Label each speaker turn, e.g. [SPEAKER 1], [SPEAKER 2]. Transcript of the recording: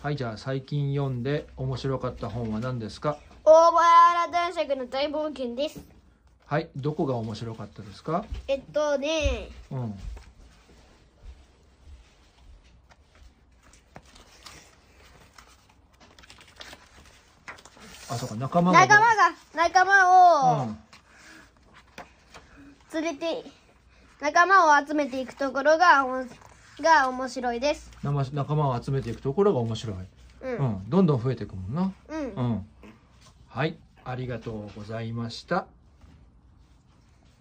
[SPEAKER 1] はいじゃあ最近読んで面白かった本は何ですか
[SPEAKER 2] 大原男爵の大冒険です。
[SPEAKER 1] はいどこが面白かったですか
[SPEAKER 2] えっとね、
[SPEAKER 1] うんあそうか仲間が
[SPEAKER 2] 仲間が、仲
[SPEAKER 1] う
[SPEAKER 2] 間を
[SPEAKER 1] ん、
[SPEAKER 2] 連れて、仲間を集めていくところが、おもが面白いです。
[SPEAKER 1] 仲間仲間を集めていくところが面白い、
[SPEAKER 2] うん。
[SPEAKER 1] うん、どんどん増えていくもんな
[SPEAKER 2] うん
[SPEAKER 1] う。んはいありがとうございました